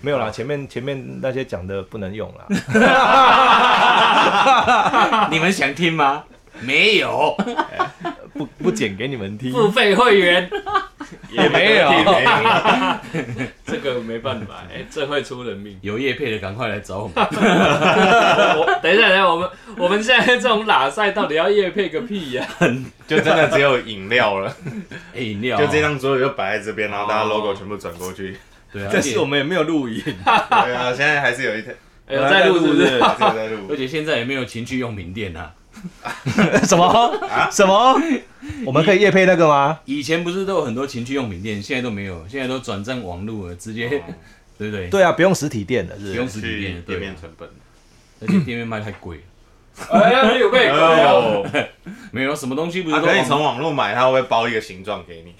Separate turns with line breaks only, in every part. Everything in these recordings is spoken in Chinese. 没有啦，前面前面那些讲的不能用 啦。
你们想听吗？没有，
不不剪给你们听，
付费会员
也没有。
这个没办 法，哎、这会出人命。
有叶配的赶快来找我们。
我等一下，等一下，我们我们现在这种拉塞到底要夜配个屁呀、
就真的只有饮料了，
哎，饮料
就这，张桌子就摆在这边，然后大家 logo 全部转过去。
对啊，而
但
且
是我们也没有录影，
对啊，现在还是有一台，
哎有在录是不是？
还是有在录
而。且现在也没有情趣用品店啊。
什么什么？我们可以夜配那个吗？
以前不是都有很多情趣用品店，现在都没有，现在都转战网络了，直接， 对不对？，
对啊，不用实体店的，是不
不
是
用实体
哦去
店，
店
对
面
啊，
成本。
而且店面卖太贵了。
哎，有被搞。
哦，
没有什么东西不是
他
都
啊可以
网
从网络买，他会包一个形状给你。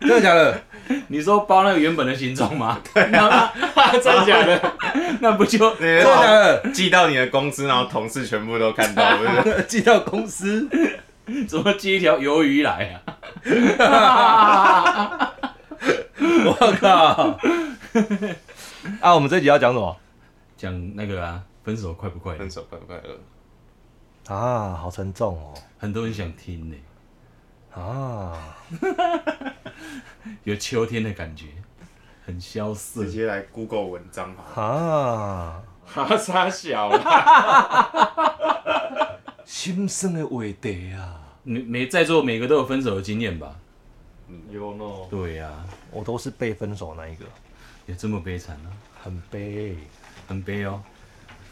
真的假的？
你说包那个原本的形状 吗？
啊
真假的？
那不就
真
真的假的？
寄到你的公司，然后同事全部都看到，不 是？
寄到公司，
怎么接一条鱿鱼来啊？
我靠！啊，我们这集要讲什么
讲那个啊，分手快不快乐
分？手快不快乐？
啊？好沉重哦
很多人想听呢、
啊！
有秋天的感觉，很萧瑟
直。接来 Google 文章好了。
啊，
哈沙小啦，
啊
心酸的话题啊，
每每在座每个都有分手的经验吧？
有呢。
对呀、
我都是被分手那一个，
有这么悲惨啊？
很悲，
很悲哦，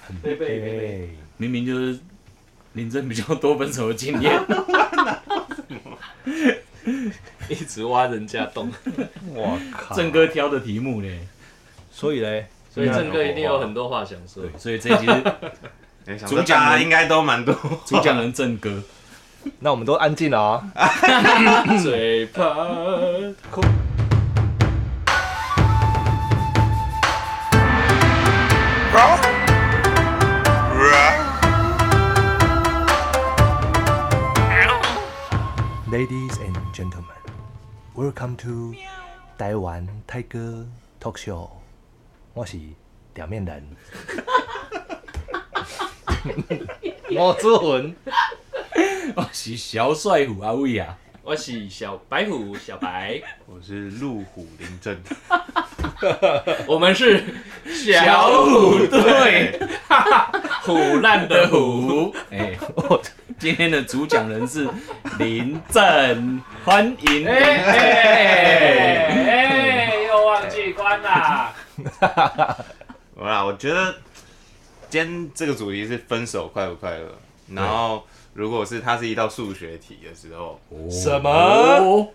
很
悲悲悲悲
明明就是林真比较多分手的经 验，
一直挖人家 洞，
我靠！
郑哥，挑的题目呢？
所以嘞，
所以郑哥一定有很多话想说
对。，所以这一集 是
哎 想
主
说
讲
大家
人
应该都蛮多。
主讲人郑哥，
那我们都安静了啊。
嘴巴空。
Ladies and gentlemen, welcome to 台湾泰哥 Talk Show。我是表面人，我之魂，
我是小帅虎阿伟 啊，
我是小白虎，小白，
我是路虎林真，
我们是
小
小
虎队。
虎烂的
的
虎。
虎。哎、我今天的主讲人是林正，欢迎。
哎哎哎！又忘记关啦。
好啦，我觉得今天这个主题是分手快不快乐。然后，如果是它是一道数学题的时候，
什么
哦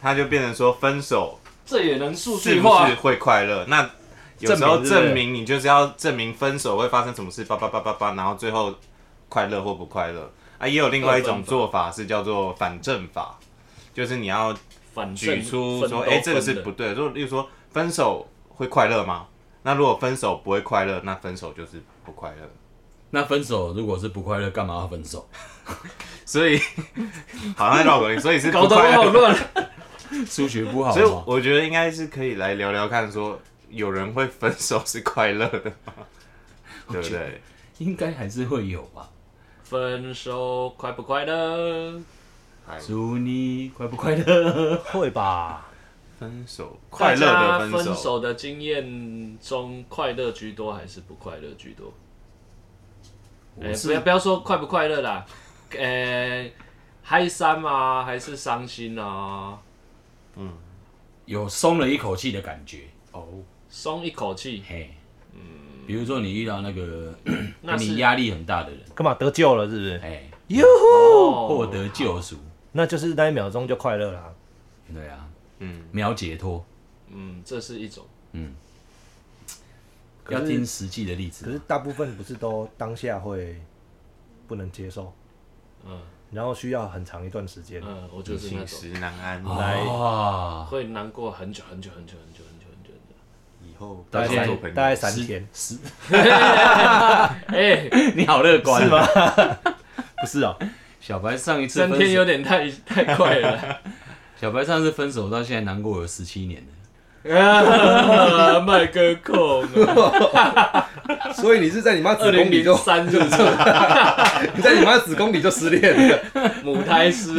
它就变成说分手
这也能数
是
据
不
化
是？会快乐？那有时
证
候
明是不是
证明你就是要证明分手会发生什么事，叭叭叭叭叭，然后最后快乐或不快乐。啊，也有另外一种做法是叫做反证法，就是你要
反
举
正
出
分
说，
都
哎、这个是
分了
不对的。就例如说，分手会快乐吗？那如果分手不会快乐，那分手就是不快乐。
那分手如果是不快乐，干嘛要分 手？
所以 好像在绕口令，所以是
搞
不
得
快
我好
乐。
乱。
数学不好
所以
吗？
我觉得应该是可以来聊聊看，说有人会分手是快乐的 吗？对不
觉得
对？
应该还是会有吧。
分手快不快乐？
哎
祝你快不快乐？
会吧？
分手快乐的分
大家
手，
分手的经验中，快乐居多还是不快乐居多？哎、
我是
不要不要说快不快乐啦，呃、嗨三啊，还是伤心啊，
有松了一口气的感觉。
哦，
松一口气，
嘿，比如说你遇到那个
那
你
是
压力很大的人，
干嘛得救了是不是？
哎，
哟呼，
哦
获得救赎，
那就是那一秒钟就快乐啦。
对啊，
嗯，
秒解脱。
嗯，这是一种，
可
要
是
听实际的例
可是
子。
大部分不是都当下会不能接受，
嗯
然后需要很长一段时间。
嗯，我就是那
寝
种
食难安，
来
哇，
会难过很久很久很久很久很久很久很久。
以后
大概
不要哦做朋友
大概三天，
是
哎、
你好乐观
是
啊
吗？不是哦，
小白上一次
三
分
天
手，
有点太太快了，
小白上次分手到现在难过有十七年了，
啊，麦哥控啊，
所以你是在你妈子
二零
宫里
零
就
三是不是？
你在你妈子宫里就失恋了，
母胎师，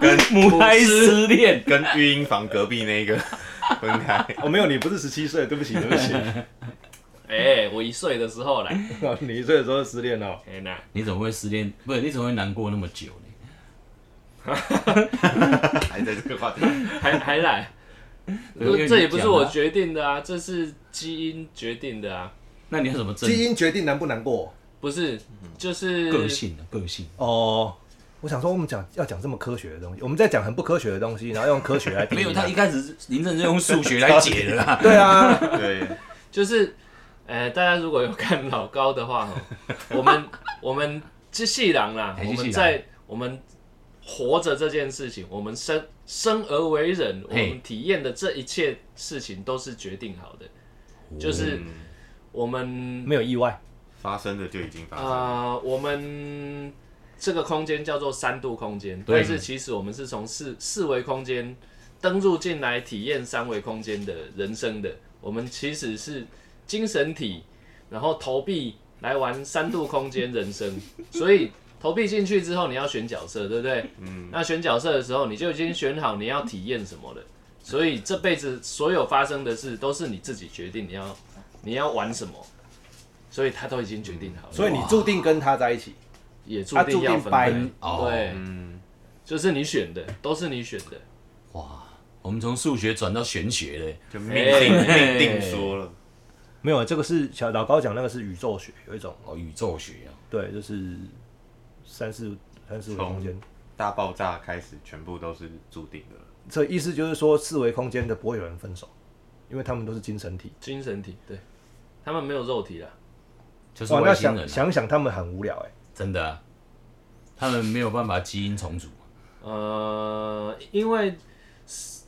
跟母胎失恋，
跟育婴房隔壁那个 分开。
哦，没有，你不是十七岁，对不起，对不起，
哎，我一岁的时候来，
哦你一岁的时候失恋哦，
哎那
你怎么会失恋？不是，你怎么会难过那么久呢？
还在这个话题，
还还来，
因为你
这也不是
讲
我
啊
决定的啊，这是基因决定的啊，
那你有什么症？
基因决定难不难过
不是，就是
个性啊，个性。
哦。我想说，我们讲要讲这么科学的东西，我们在讲很不科学的东西，然后用科学来定
没
义
有，
它
他一开始是林正是用数学来解的啦。
对啊，
对，
就是，呃，大家如果有看老高 的话，哦我们我们是细郎啦，
哎是
我
细
们
郎
在我们活着这件事情，我们生生而为人，我
嘿
们体验的这一切事情都是决定好的，
哦
就是
嗯
我们
没有意外，
发生的就已经发生了。
呃，我们这个空间叫做三度空间，
对
但是其实我们是从四四维空间登入进来体验三维空间的人生的。我们其实是精神体，然后投币来玩三度空间人生，所以投币进去之后，你要选角色，对不对？嗯。那选角色的时候，你就已经选好你要体验什么了。所以这辈子所有发生的事都是你自己决定你要你要玩什么，所以他都已经决定好了。
所以你注定跟他在一起，
也注
他
定
啊注
要
定
分
掰
开。
你。
哦，
对，
嗯，
就是你选的，都是你选的。
哇，我们从数学转到玄学嘞。
就命定
哎
命定说了，
没有，这个是小老高讲那个是宇宙学，有一种
哦，宇宙学啊，
对，就是三四三四维空间。
大爆炸开始全部都是注定的了。
这意思就是说，四维空间的不会有人分手，因为他们都是精神体。
精神体，对，他们没有肉体啦。
就是
哦哇，那
外星人
想
啊，
想想，他们很无聊哎、
真的啊，他们没有办法基因重组。啊
呃，因为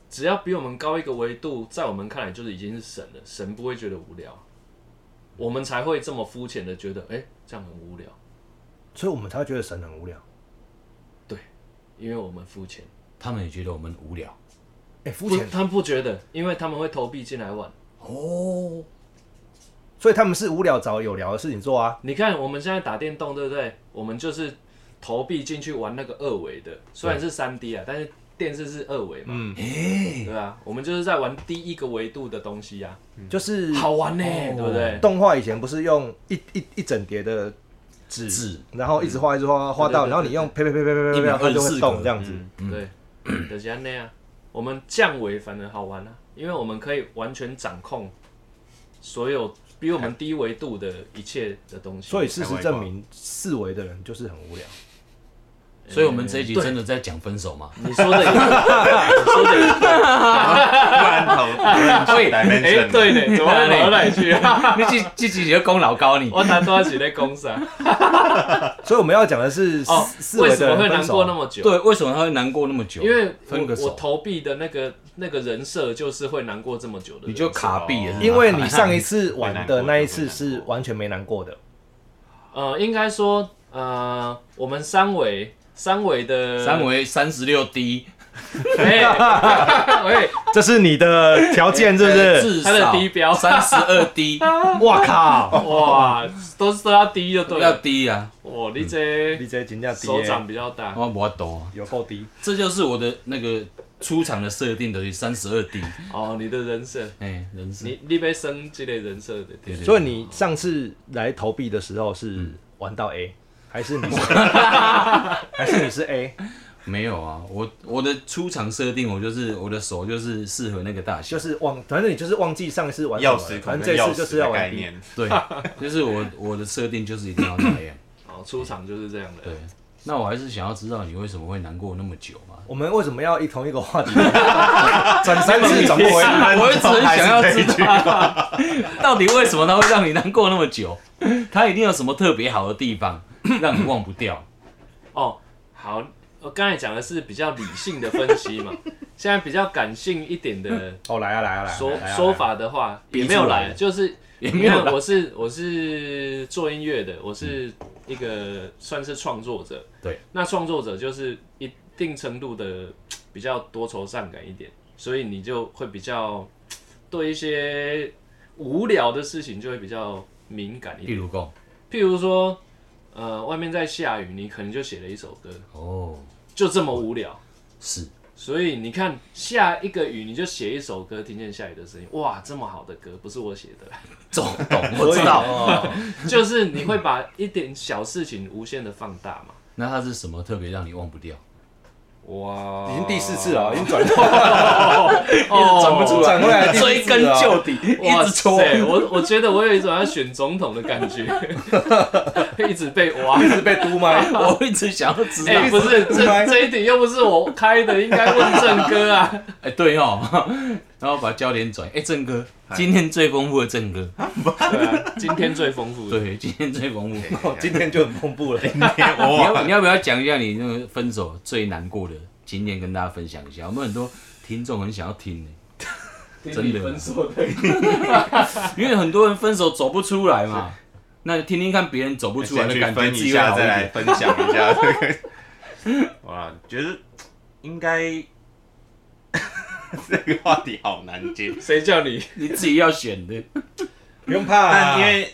只要比我们高一个维度，在我们看来就是已经是神了，神不会觉得无聊，我们才会这么肤浅的觉得，哎、这样很无聊，
所以我们才会觉得神很无聊。
因为我们肤浅。
他们也觉得我们无聊
哎、肤
不
浅，
他们不觉得，因为他们会投币进来玩。
哦，
所以他们是无聊找有聊的事情做啊。
你看我们现在打电动，对不对？我们就是投币进去玩那个二维的，虽然是三 D 啊，但是电视是二维嘛，
嗯，
哎，
对啊，我们就是在玩第一个维度的东西啊，
嗯
就是
好玩呢、
哦
对不对？
动画以前不是用一一一整叠的纸，
纸
然后一直画一直画画到，
对对对
然后你用呸呸呸呸呸呸
一秒
呸，它就
24
会
个
动这样子。
对，就是安内啊。我们降维反而好玩啊，因为我们可以完全掌控所有比我们低维度的一切的东西。
所以事实证明，四维的人就是很无聊。
所以我们这一
嗯
集真的在讲分手吗？
你说的也，你说的也，
突然头突然去
喂
dimension
哎，
了
对呢，怎么跑到哪里去 啊？哦
你这这集就攻老高你
我打多少起在公司啊？
所以我们要讲的是
哦
四，四
为
维
什
的
么
人
会
分
难过那
手。
么久？
对，为什么他会难过那么久？啊
因为
分个
我我
手，
投币的那个那个人设就是会难过这么久的人设，
你就卡币也是，
因为你上一次玩的那一次
会难
是
过
完全没难过的，
呃，应该说呃，我们三维三维的
三维三十六 D，
哎， 喂，
这是你的条件是不是？
哎至
它的低标
三十二 D
哎哇靠！哦
哇，都是都要低 就对
要嗯
了。
低啊，
哇，你这
你这金价低
手掌
欸，
比较大，
我我懂。
有够低。
啊这就是我的那个出场的设定的三十二 D，
哦，你的人设，
哎，人生
你你被升这类人设的，对
对对
所以你上次来投币的时候是玩到 A，还是你是还是你是 A？
没有啊，我我的出场设定，我就是我的手就是适合那个大小，
就是忘，反正你就是忘记上一次玩什么
钥
了
匙
反
孔
正
跟
这
钥
次就
匙
是要
的
玩
概
B。
念，
对，就是我我的设定就是一定要那样。
哦，出场就是这样的
对。，那我还是想要知道你为什么会难过那么久嘛？
我们为什么要一同一个话题转三次转不回？
我一直很想要
还是
知道， 到底为什么他会让你难过那么久？他一定有什么特别好的地方，让你忘不掉。
哦，好，我刚才讲的是比较理性的分析 嘛，现在比较感性一点的
哦，来啊来
哎
啊来啊！
说
来啊
说，法的话
逼
也没有
出来
来，
的
就是
也
你
没有
看
啦
我是我是做音乐的，我是一个算是创作者。
对，
那创作者就是一定程度的比较多愁善感一点，所以你就会比较。对一些无聊的事情就会比较敏感一
例
点。
如讲，
譬如说，呃，外面在下雨，你可能就写了一首歌，
哦，
就这么无聊。
是
所以你看，下一个雨你就写一首歌，听见下雨的声音，哇，这么好的歌不是我写的，
懂懂，我知道。
就是你会把一点小事情无限的放大嘛。
那它是什么特别让你忘不掉？
哇，
已经第四次了，已经转过来
哦，转不出
转回来
来，
第四次
追根
了
究底，一直戳。
塞我我觉得我有一种要选总统的感觉， 一直被挖。
一直被嘟麦。
我一直想要知道
哎、。不是，这这一题又不是我开的，应该问正哥啊。
哎，对哦， 然后把焦点转。哎，正哥，今天最丰富的正哥，
对啊，今天最丰富的。
对，今天最丰富。
哦今天
就很恐怖了。
你要
哇，
你要不要讲一下你那个分手最难过的经验，跟大家分享一下？我们很多听众很想要听呢、真的
分手的，
因为很多人分手走不出来嘛。那听听看别人走不出来
哎先
的
去
感觉，
分
自
一
己会
下，
好一
再来
点。
分享一下这个。哇，觉得应该 这个话题好难接，
谁叫你？
你自己要选的，
不用怕啊
但
啦，
因为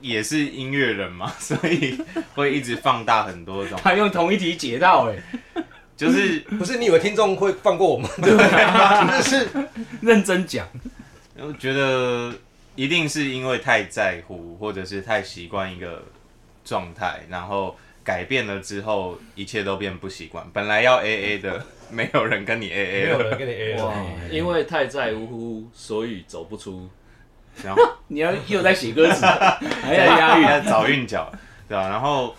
也是音乐人嘛，所以会一直放大很多种，
还用同一题解到哎、
就是
不是你以为听众会放过我们？
认真讲。
我觉得一定是因为太在乎，或者是太习惯一个状态，然后改变了之后，一切都变不习惯。本来要 A A 的，没有人跟你 A
没
A
有
了，
人跟你 A
哇
了，，
因为太在乎，所以走不出。
然后
你要又在写歌 词，还要押韵，
要找韵脚，对吧、然后，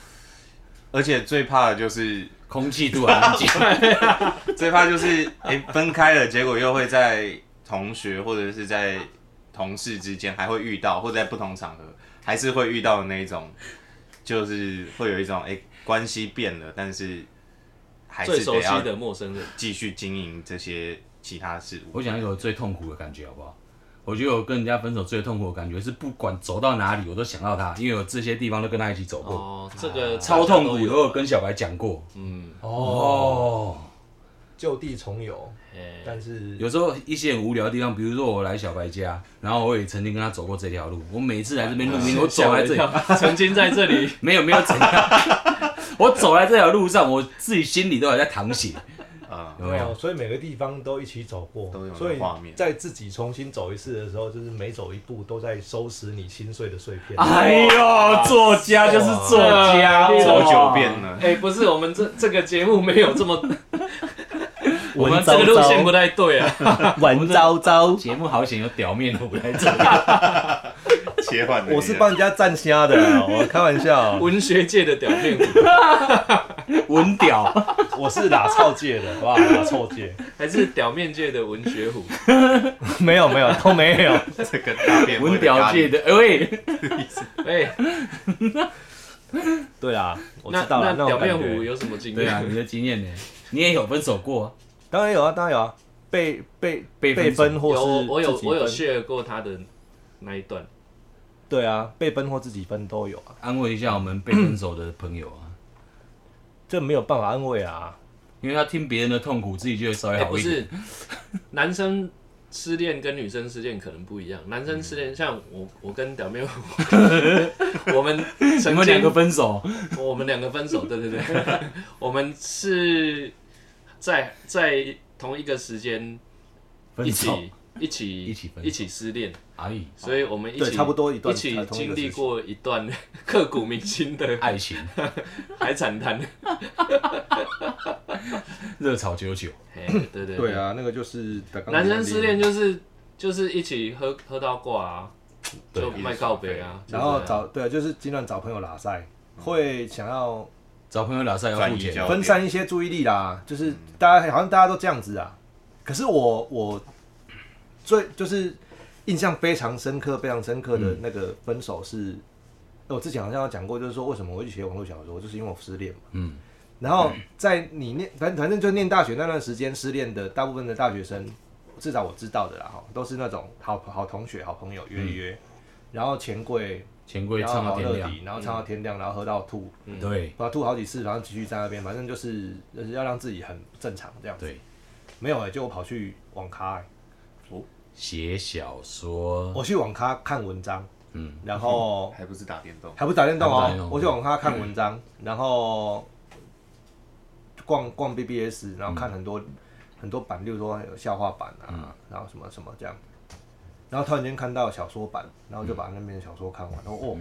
而且最怕的就是，
空气突然安静。
最怕就是，哎、分开了，结果又会在同学或者是在同事之间还会遇到，或者在不同场合还是会遇到的那一种，就是会有一种，哎、关系变了，但是还
最
是
熟
得
悉
要
的陌生人，
继续经营这些其他事物。
我讲一个我最痛苦的感觉好不好？我觉得我跟人家分手最痛苦的感觉是，不管走到哪里，我都想到他，因为我这些地方都跟他一起走过，
哦，这个
超痛苦。的。
大家都
我
有
有跟小白讲过，
嗯，
哦，
就地重游，
哎
但是
有时候一些很无聊的地方，比如说我来小白家，然后我也曾经跟他走过这条路。我每次来这边
哦
录音，我走来这里，
曾经在这里，
没有没有怎样， 我走来这条路上，我自己心里都还在淌血，
啊、
有没
哦
有？
所以每个地方都一起走过
都有，那
所以
画面
在自己重新走一次的时候，就是每走一步都在收拾你心碎的碎片。
哎呦，作家就是作家，
哇
走九遍
哇
了，
哎，不是，我们这这个节目没有这么，我们
文
这
绉
个路线不
绉，
太对啊。
文绉绉。
节目好险有表面舞来这里，
切换的
我是帮人家站虾 的啊，我开玩笑，
文学界的表面舞，
文 屌，
我是打臭界的，哇，打臭界，
还是表面界的文学虎？
没有没有都没有。
这个大变味
文
的
屌
咖喱
界的，哎喂，
哎，
对啊，我
那
知道了，
那
那
表
种
面
感
虎
觉。
有什么经
对啊，
验？
你的经验呢？你也有分手过啊，
当然有啊，当然有啊，被被
被分
被分或
有，
是
我有
自己
我有
分
share 过他的那一段。
对啊，被分或自己分都有啊，
安慰一下我们被分手的朋友啊，
这没有办法安慰啊。
因为他听别人的痛苦，自己就会稍微
哎，
好
不
一点。
是，男生失恋跟女生失恋可能不一样。男生失恋，像我，我跟表面虎， 我们
你
曾
们两
经
个分手，
我们两个分手，对对对， 我们是在在同一个时间
分
一
手，
起一起
一起分手
一起失恋，
哎，
所以我们一
对
起
差不多一段
一起
才同一
经
个
历
时期
过一段 刻骨铭 心的
爱情
海产摊。
热炒九九，
嘿对对
对，啊，那个就是
男生失恋，就是就是一起喝喝到挂啊，
对
就卖告别啊，
一
对
然
不
后
对
找对啊，就是尽量找朋友拉塞，会想要
找朋友聊赛要付
转移
钱
焦，
分散一些注意力啦。就是大家好像大家都这样子啊，可是我我最就是印象非常深刻、非常深刻
嗯
的那个分手是，我之前好像有讲过，就是说为什么我会去学网络小说，就是因为我失恋嘛。
嗯，
然后在你念，反正反正就念大学那段时间失恋的，大部分的大学生，至少我知道的啦，哈，都是那种好好同学、好朋友约一约，然后钱柜，
钱柜
然
嗯唱
后
到
好
天
乐
亮，嗯
迪，然后唱到天亮，然后喝到吐，
对
然后吐好几次，然后继续在那边，反正就是就是要让自己很正常这样子。
对，
没有哎、就我跑去网咖、欸，
哦
写小说，
我去网咖看文章，
嗯，
然后
还不是打电动，
还不打电动
还不打
哦
电动，嗯
我去网咖看文章，然后逛逛 BBS，然后
嗯
看很多、很多版，例如说有笑话版啊，然后什么什么这样，然后突然间看到小说版，然
嗯
后就把那边的小说看完，然后哦，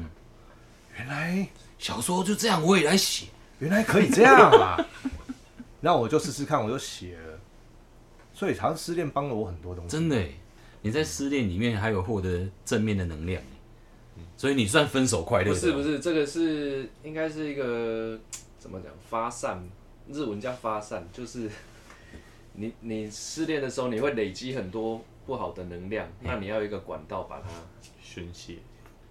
原来
小说就这样，我也来写。
原来可以这样啊， 然后我就试试看，我就写了，所以好像失恋帮了我很多东西，
真的耶，你在失恋里面还有获得正面的能量耶，所以你算分手快乐。
不是不，是，这个是应该是一个怎么讲发散，日文叫发散，就是 你你失恋的时候，你会累积很多不好的能量，那你要有一个管道把它
宣泄，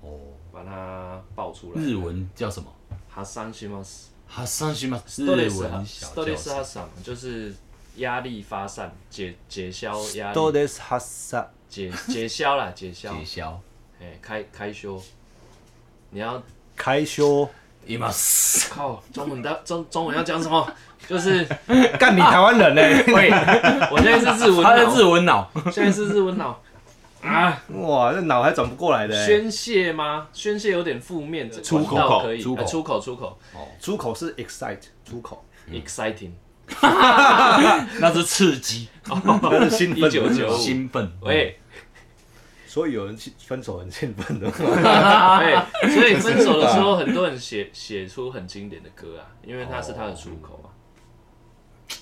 哦，
把它爆出来。
日文叫什么？
哈桑西马斯，
哈桑西吗？日
斯
文
斯
小
多
教
利斯哈
室。
桑就是压力发散，解解消压力，
this has a
解解消 啦，解消，
解消。
哎，开开修。你要
开修，
います。
靠中文的中中文要讲什么？ 就是
干你台湾人呢、欸
喂，
我现在是日文脑，
他的日文脑。
现在是日文脑啊，
哇，那脑还转不过来的、欸，
宣泄吗？宣泄有点负面，这
出口
管道可以，
出口
呃出口，出口
出口是 excite 出 口。
，exciting，
那是刺激、
那是兴
一
奋
九
的，
九五，
兴奋。
喂
所以有人气分手很兴奋 的。
喂，所以分手的时候，很多人写写出很经典的歌啊，因为它是他的出口嘛，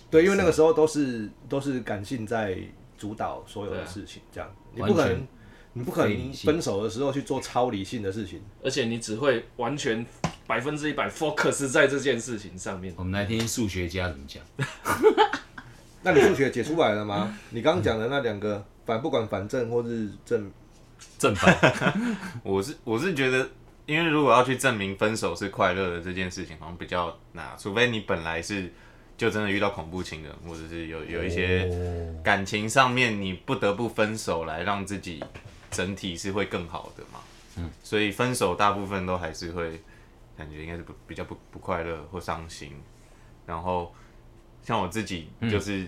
对，因为那个时候都是都是感性在主导所有的事情，这样你不可
啊完
能，你不可
非理
能
性
分手的时候去做超理性的事情。
而且你只会完全百分之一百 focus 在这件事情上面。
我们来听数学家怎么讲。
那你数学解出来了 吗？你刚刚讲的那两个反不管反正或是正，
正反
我是我是觉得，因为如果要去证明分手是快乐的这件事情，好像比较难，除非你本来是就真的遇到恐怖情人，或者是有有一些
哦
感情上面你不得不分手来让自己整体是会更好的嘛。嗯，所以分手大部分都还是会感觉应该是不比较不不快乐或伤心，然后像我自己就是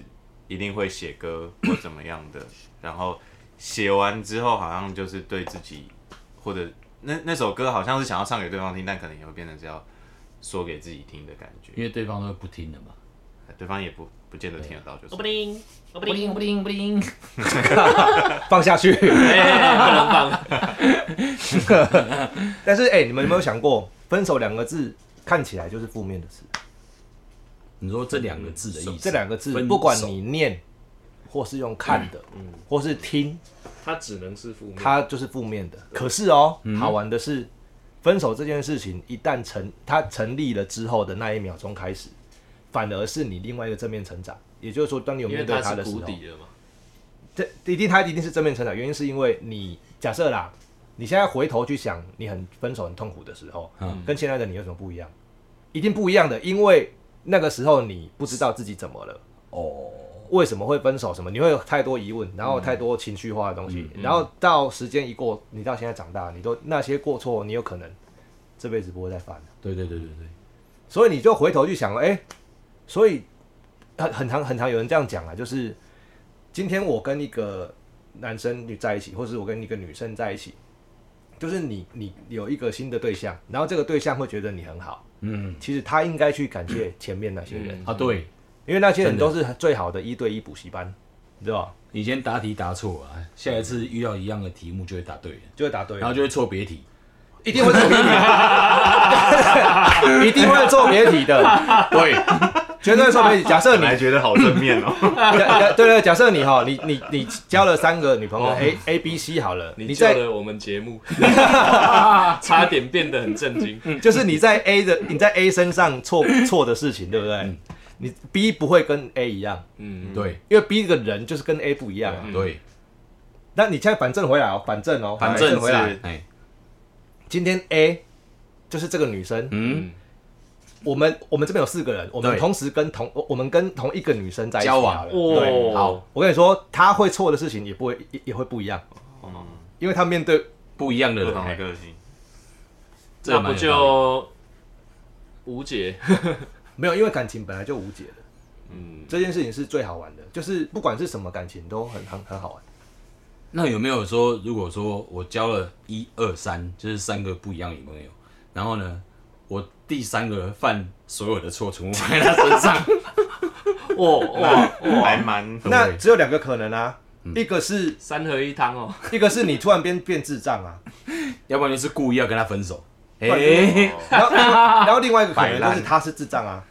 一定会写歌或怎么样的，然后写完之后好像就是对自己或者那那首歌好像是想要唱给对方听，但可能也会变成是要说给自己听的感觉，
因为对方都不听的嘛。
对方也不不见得听得到，就是
灵，我不
不灵不灵不灵。
放下去。
不能放。
但是哎、你们有没有想过，分手两个字看起来就是负面的词？
你说这两个字的意思？
嗯这两个字
分，手
不管你念或是用看的，
嗯
嗯或是听，
它只能是负面。
它就是负面的。可是哦，
嗯
好玩的是，分手这件事情一旦成它成立了之后的那一秒钟开始，反而是你另外一个正面成长。也就是说，当你有
因为
面对
它
它
是
的时
谷
候，
底了嘛，
这一定它一定是正面成长。原因是因为你假设啦，你现在回头去想，你很分手很痛苦的时候，跟现在的你有什么不一样？一定不一样的，因为那个时候你不知道自己怎么了。
哦，
为什么会分手什么，你会有太多疑问，然后太多情绪化的东西，然后到时间一过，你到现在长大，你都那些过错，你有可能这辈子不会再犯了，
对对对对对，
所以你就回头去想了，哎、所以很很常很常有人这样讲啊，就是今天我跟一个男生就在一起，或是我跟一个女生在一起，就是你你有一个新的对象，然后这个对象会觉得你很好，
嗯
其实他应该去感谢前面那些人，
啊对，
因为那些人都是最好的一对一补习班，你知道吧？
以前答题答错啊，下一次遇到一样的题目就会答对了，
就会答对了
然后就会错别题。
一定会做别 题，一定会做别题的，
对，
绝对会做别题。假设
本
你，
来觉得好正面哦、
假假 对对，假设你哈，你你你交了三个女朋友
哦
A A B C 好了，
你
你
救
在
了我们节目，差点变得很震惊。
就是你在 A 的你在 A 身上 错错的事情，对不
嗯
对？你 B 不会跟 A 一样，
嗯，
对
因为 B 这个人就是跟 A 不一样啊。
对，
那你现在反正回来哦，反正哦，
反正
回来。
是哎，
今天 A 就是这个女生，
嗯，
我们我们这边有四个人，我们
对
同时跟同我们跟同一个女生在一起
交往
好了
对
哦
好，
我跟你说，他会错的事情也不会也也会不一样，
嗯
因为他面对
不一样的
不
人，
同的
哎
个性，
这
那
个蛮
不
有道理
就无解？
没有，因为感情本来就无解的，
嗯，
这件事情是最好玩的，就是不管是什么感情都很很很好玩。
那有没有说，如果说我交了一二三，就是三个不一样的女朋友，然后呢，我第三个犯所有的错，全部放在她身上，
哦哇，
还蛮
那只有两个可能啊，一个是
三合一汤哦，
一个是你突然变变智障啊，
要不然就是故意要跟她分手。哎、
然后然后另外一个可
摆
能
烂
就是他是智障啊，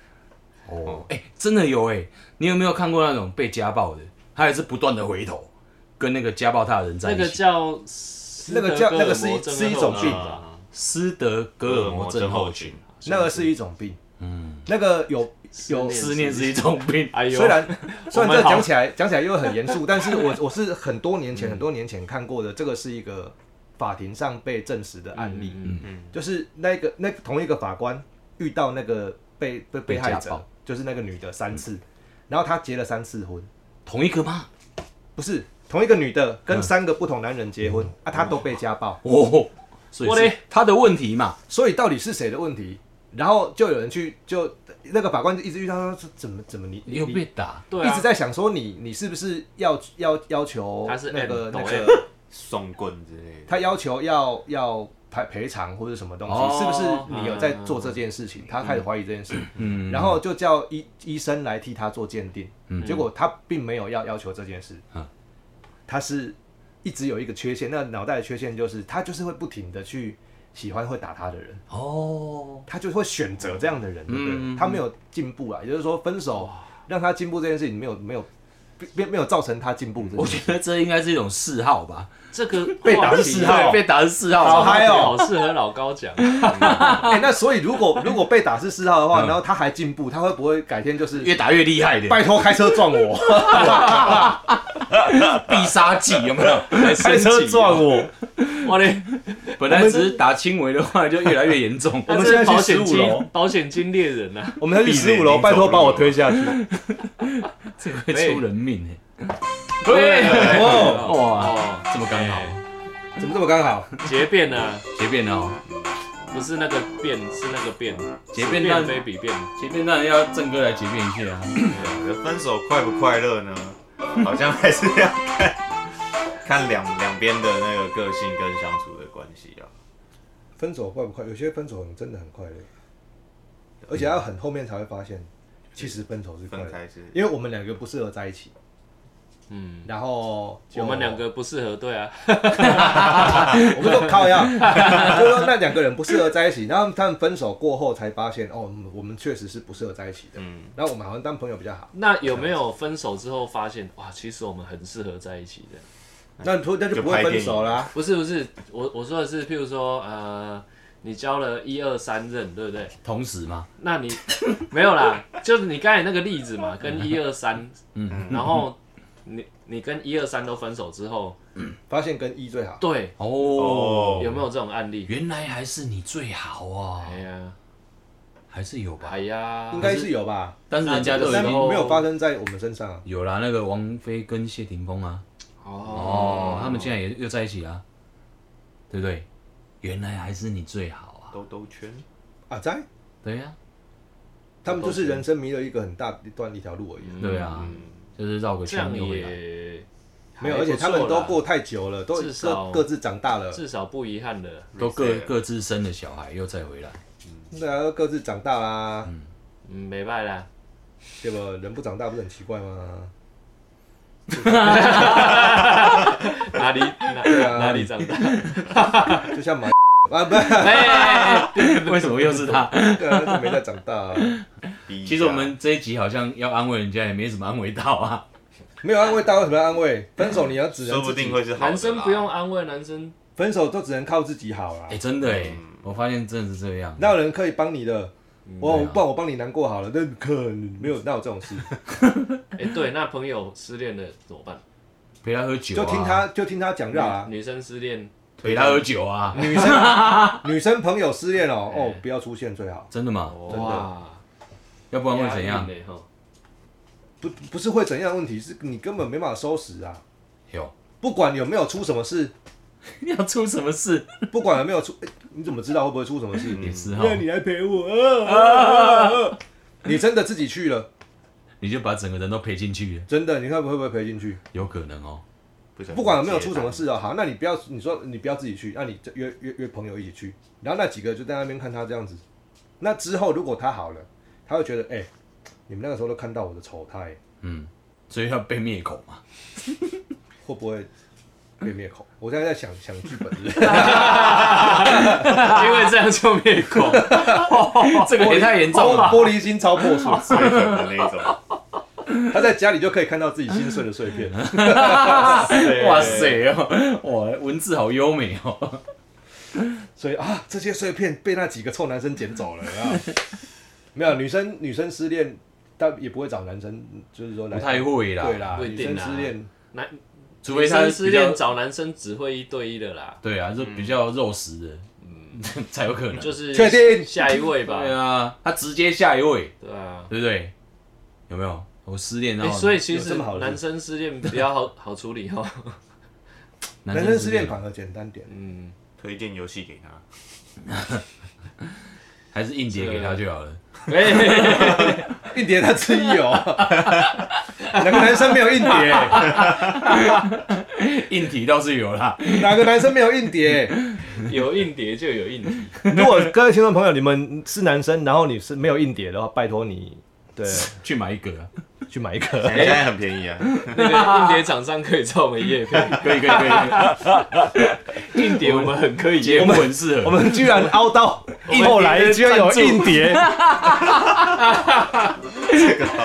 哦，哎、真的有哎、你有没有看过那种被家暴的，他也是不断的回头，跟那个家暴他的人在
那
一
个
起。
叫
那个叫那个是一
斯德哥尔摩症
是一种
候
病
群
啊
吧
斯德哥尔摩症候群，
群，啊
那个是一种病，嗯，那个有有
思念是一种病。
哎呦，
虽然 虽然这
我们好
讲起来讲起来又很严肃，但是我我是很多年前很多年前看过的，这个是一个法庭上被证实的案例，
嗯
嗯
就是那个那同一个法官遇到那个被被被害
被家
者
暴，
就是那个女的三次，然后她结了三次婚，
同一个吗？
不是同一个女的跟三个不同男人结婚啊，她都被家暴，
哦，所
我
以
嘞
是他的问题嘛。
所以到底是谁的问题？然后就有人去就那个法官就一直遇到他说怎么怎么你
你又被打，
对
一
啊
直，在想说你你是不是要要要求
他是
那个
M，
那
懂
个
送棍之类的，
他要求要要赔赔偿或者什么东西，
哦
是不是你有在做这件事情？他开始怀疑这件事，
嗯
然后就叫医医生来替他做鉴定，
嗯
结果他并没有要要求这件事
嗯，
他是一直有一个缺陷，那脑袋的缺陷就是他就是会不停的去喜欢会打他的人。
哦，
他就会选择这样的人，对不对？
嗯嗯嗯
他没有进步啊，也就是说，分手让他进步这件事情没有没有没没有造成他进步这
我
件事
觉
情。
得这应该是一种嗜好吧，
这个
被打
哇
是嗜好
对被打是嗜好。
好嗨哦！
好适合老高讲，
哎、那所以如果 如果被打是四号的话，
嗯
然后他还进步，他会不会改天就是
越打越厉害的
拜托开车撞 我，
必杀 技有没有？开
车撞我，
我嘞，
本来只是打轻微的话，就越来越严 重。
他
们
是
现在去
保险
15楼
金保险金猎人啊，
我们要去
闭着眼
十五
睛
楼，拜托
走路
把我推下去。
这个会出人命哎！
对，
哦，
哇，
哦，
这么刚好，
怎么这么刚好？
结变啊，
结辩了哦，
不是那个变，是那个变，
结
变
辩当
非彼变，
结辩当然要正哥来结辩一下啊。
对啊分手快不快乐 呢？好像还是要看看两两边的那个个性跟相处的关系啊。
分手快不快？有些分手真的很快乐，而且要很后面才会发现，其实分手是快
分
乐，
开是
因为我们两个不适合在一起，
嗯，
然后就
我们两个不适合，对啊，
我们都靠 呀，就是说那两个人不适合在一起，然后他们分手过后才发现，哦，嗯我们确实是不适合在一起的。
嗯，
然后我们好像当朋友比较好。
那有没有分手之后发现哇，其实我们很适合在一起的？
那不那就不会分手啦。
不是不是，我我说的是，譬如说呃，你交了一二三任，对不对？
同时嘛，
那你 没有啦，就是你刚才那个例子嘛，跟一二三，
嗯
然后你你跟一二三都分手之后，
发现跟一最好，
对，
哦，
有没有这种案例？
原来还是你最好啊
哎，呀，
还是有吧
哎？呀，
应该是有吧？
但是人家都
那
已
但
经
这个时候
没有发生在我们身上啊。
有啦，那个王菲跟谢霆锋啊，
哦
哦，，他们现在也又在一起啊，对不对？原来还是你最好啊，
兜兜圈，
啊，在
对呀，
他们
哦
就是人生迷了一个很大一段一条路而已啊。
嗯
对啊，
嗯
就是绕个
这
圈
样
又回来。
哦也
没有，
还
而
不
且他们
错
都
啦
过太久了，都
至少
各各自长大了，
至少不遗憾的，
都各
Reset
各自生了小孩，又再回来。
对啊，各自长大啦。
嗯，没办 啦，
对吧？人不长大不是很奇怪吗？
哪里哪
啊
哪里长 大？
就像马啊，不是，
哎，
为什么又是 他？
对啊，就没在长大啊。
逼一下
其实我们这一集好像要安慰人家，也没怎么安慰到啊。
没有安慰，大家为什么要安慰？分手你要只能
说不
自己
定会是好的啦
男生不用安慰，男生
分手都只能靠自己好啦
哎、。真的哎、我发现真的是这样。
哪有人可以帮你的？
嗯
我
对啊
不然我帮你难过好了，那可没有哪有这种事，
哎，对，那朋友失恋了怎么办？
陪他喝酒、啊，
就听他就听他讲就好啦。
女生失恋，
陪他喝酒 啊，
女生女生朋友失恋哦，哦
哎
不要出现最好，
真的吗？
的
哇，
要不然会怎样
压？力呢？吼
不不是会怎样的问题，是你根本没办法收拾啊。
有
不管有没有出什么事，
要出什么事？
不管有没有出，哎你怎么知道会不会出什么事？
也是哦哈，
那你来陪我啊！啊你真的自己去了，
你就把整个人都陪进去了，
真的，你看会不会陪进去？
有可能哦。
不不小心
不管有没有出什
接
么
单
事啊，好，那你不要你说你不要自己去，那你就约约约朋友一起去，然后那几个就在那边看他这样子。那之后如果他好了，他会觉得哎、你们那个时候都看到我的丑态，
嗯，所以要被灭口 嘛。
会不会被灭口？我现在在想想剧本是不是，
因为这样就灭口， 这个也太严重
玻
了吧。
玻璃心超破碎，
碎粉的那种。
他在家里就可以看到自己心碎的碎片。
哇塞哦，哇，文字好优美 哦。
所以啊，这些碎片被那几个臭男生捡走了。啊 没有女生，女生失恋，但也不会找男生，就是说来
不太会啊啦
对啦，
不一
女
定
生
啦
失恋，
男
除
女
非他
生
是
失
比较
恋找男生只会一对一的啦，
对啊，就比较肉食的，嗯， 才有可能。
就是
确定
下一位吧，
对啊，他直接下一位，
对啊。
对不对？有没有？我失恋然
哎，
后，
所以其
有
实
这么好的
男生失恋比较好好处理哦。
男生失恋反而简单点。
嗯，
推荐游戏给 他，
还是硬碟给他就好了。
哎，
硬碟他自己有， 哪个男生没有硬碟？
硬体倒是有啦，
哪个男生没有硬碟？
有硬碟就有硬碟，
如果各位听众朋友，你们是男生，然后你是没有硬碟的话，拜托你对
去买一个啊，
去买一 个。
现在很便宜啊，
那个硬碟厂商可以找我们业配，
可以可以可以，
硬 碟我们很可以
节
业
目
配。
很适合。
我们居然凹到后来居然有硬碟，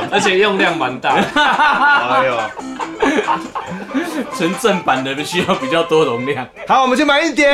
而且用量蛮大的，
哎呦，
纯正版的需要比较多容量。
好，我们去买硬碟。